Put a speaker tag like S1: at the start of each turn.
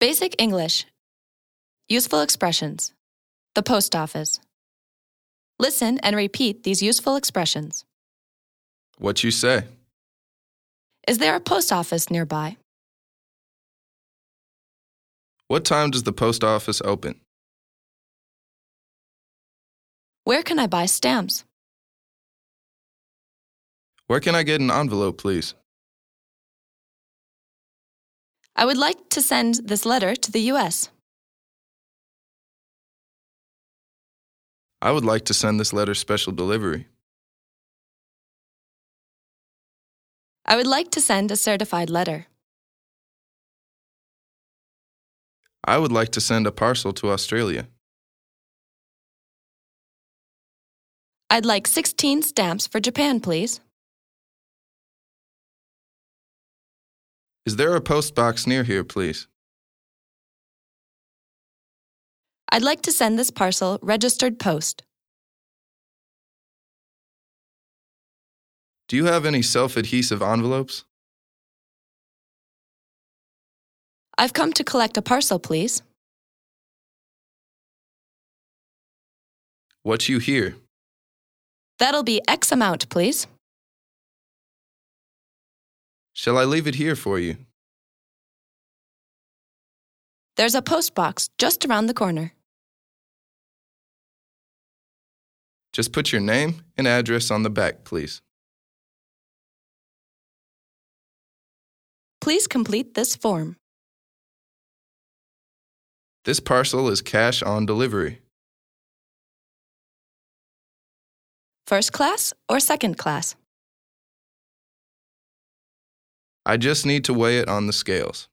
S1: Basic English. Useful expressions. The post office. Listen and repeat these useful expressions.
S2: What you say?
S1: Is there a post office nearby?
S2: What time does the post office open?
S1: Where can I buy stamps?
S2: Where can I get an envelope, please?
S1: I would like to send this letter to the U.S.
S2: I would like to send this letter special delivery.
S1: I would like to send a certified letter.
S2: I would like to send a parcel to Australia.
S1: I'd like 16 stamps for Japan, please.
S2: Is there a post box near here, please?
S1: I'd like to send this parcel registered post.
S2: Do you have any self adhesive envelopes?
S1: I've come to collect a parcel, please.
S2: What you hear?
S1: That'll be X amount, please.
S2: Shall I leave it here for you?
S1: There's a post box just around the corner.
S2: Just put your name and address on the back, please.
S1: Please complete this form.
S2: This parcel is cash on delivery.
S1: First class or second class?
S2: I just need to weigh it on the scales.